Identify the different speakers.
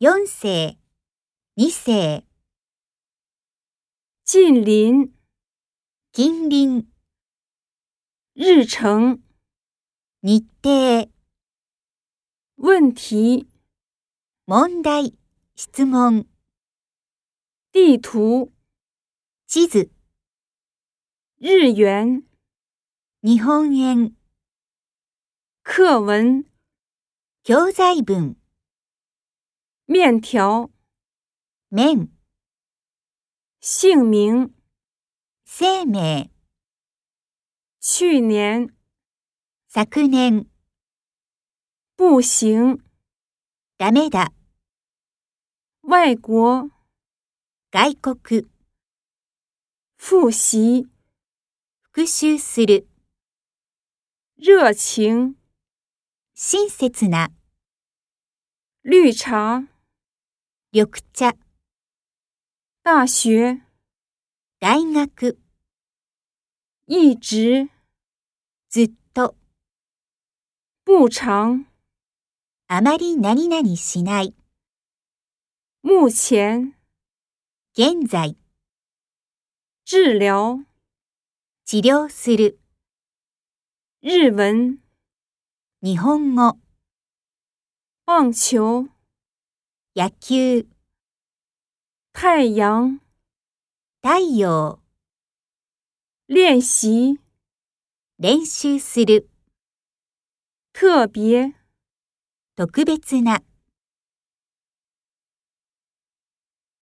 Speaker 1: 4世、2世、
Speaker 2: 近邻、
Speaker 1: 近隣、
Speaker 2: 日程、
Speaker 1: 日程、
Speaker 2: 问题、
Speaker 1: 問題、質問、
Speaker 2: 地图、
Speaker 1: 地図、
Speaker 2: 日元、
Speaker 1: 日本円、
Speaker 2: 课文、
Speaker 1: 教材文、
Speaker 2: 面条、
Speaker 1: 面、
Speaker 2: 姓名、
Speaker 1: 生命、
Speaker 2: 去年、
Speaker 1: 昨年、
Speaker 2: 步行、
Speaker 1: ダメだ、
Speaker 2: 外国、
Speaker 1: 外国、
Speaker 2: 复习、
Speaker 1: 復習する、
Speaker 2: 热情、
Speaker 1: 親切な、
Speaker 2: 绿茶、
Speaker 1: 緑茶、
Speaker 2: 大学、
Speaker 1: 大学、
Speaker 2: 一直、
Speaker 1: ずっと、
Speaker 2: 不长、
Speaker 1: あまり何々しない、
Speaker 2: 目前、
Speaker 1: 現在、
Speaker 2: 治疗、
Speaker 1: 治療する、
Speaker 2: 日文、
Speaker 1: 日本語、
Speaker 2: 棒球、
Speaker 1: 野球、
Speaker 2: 太阳、
Speaker 1: 太陽、
Speaker 2: 练习、
Speaker 1: 練習する、
Speaker 2: 特别。
Speaker 1: 特別な、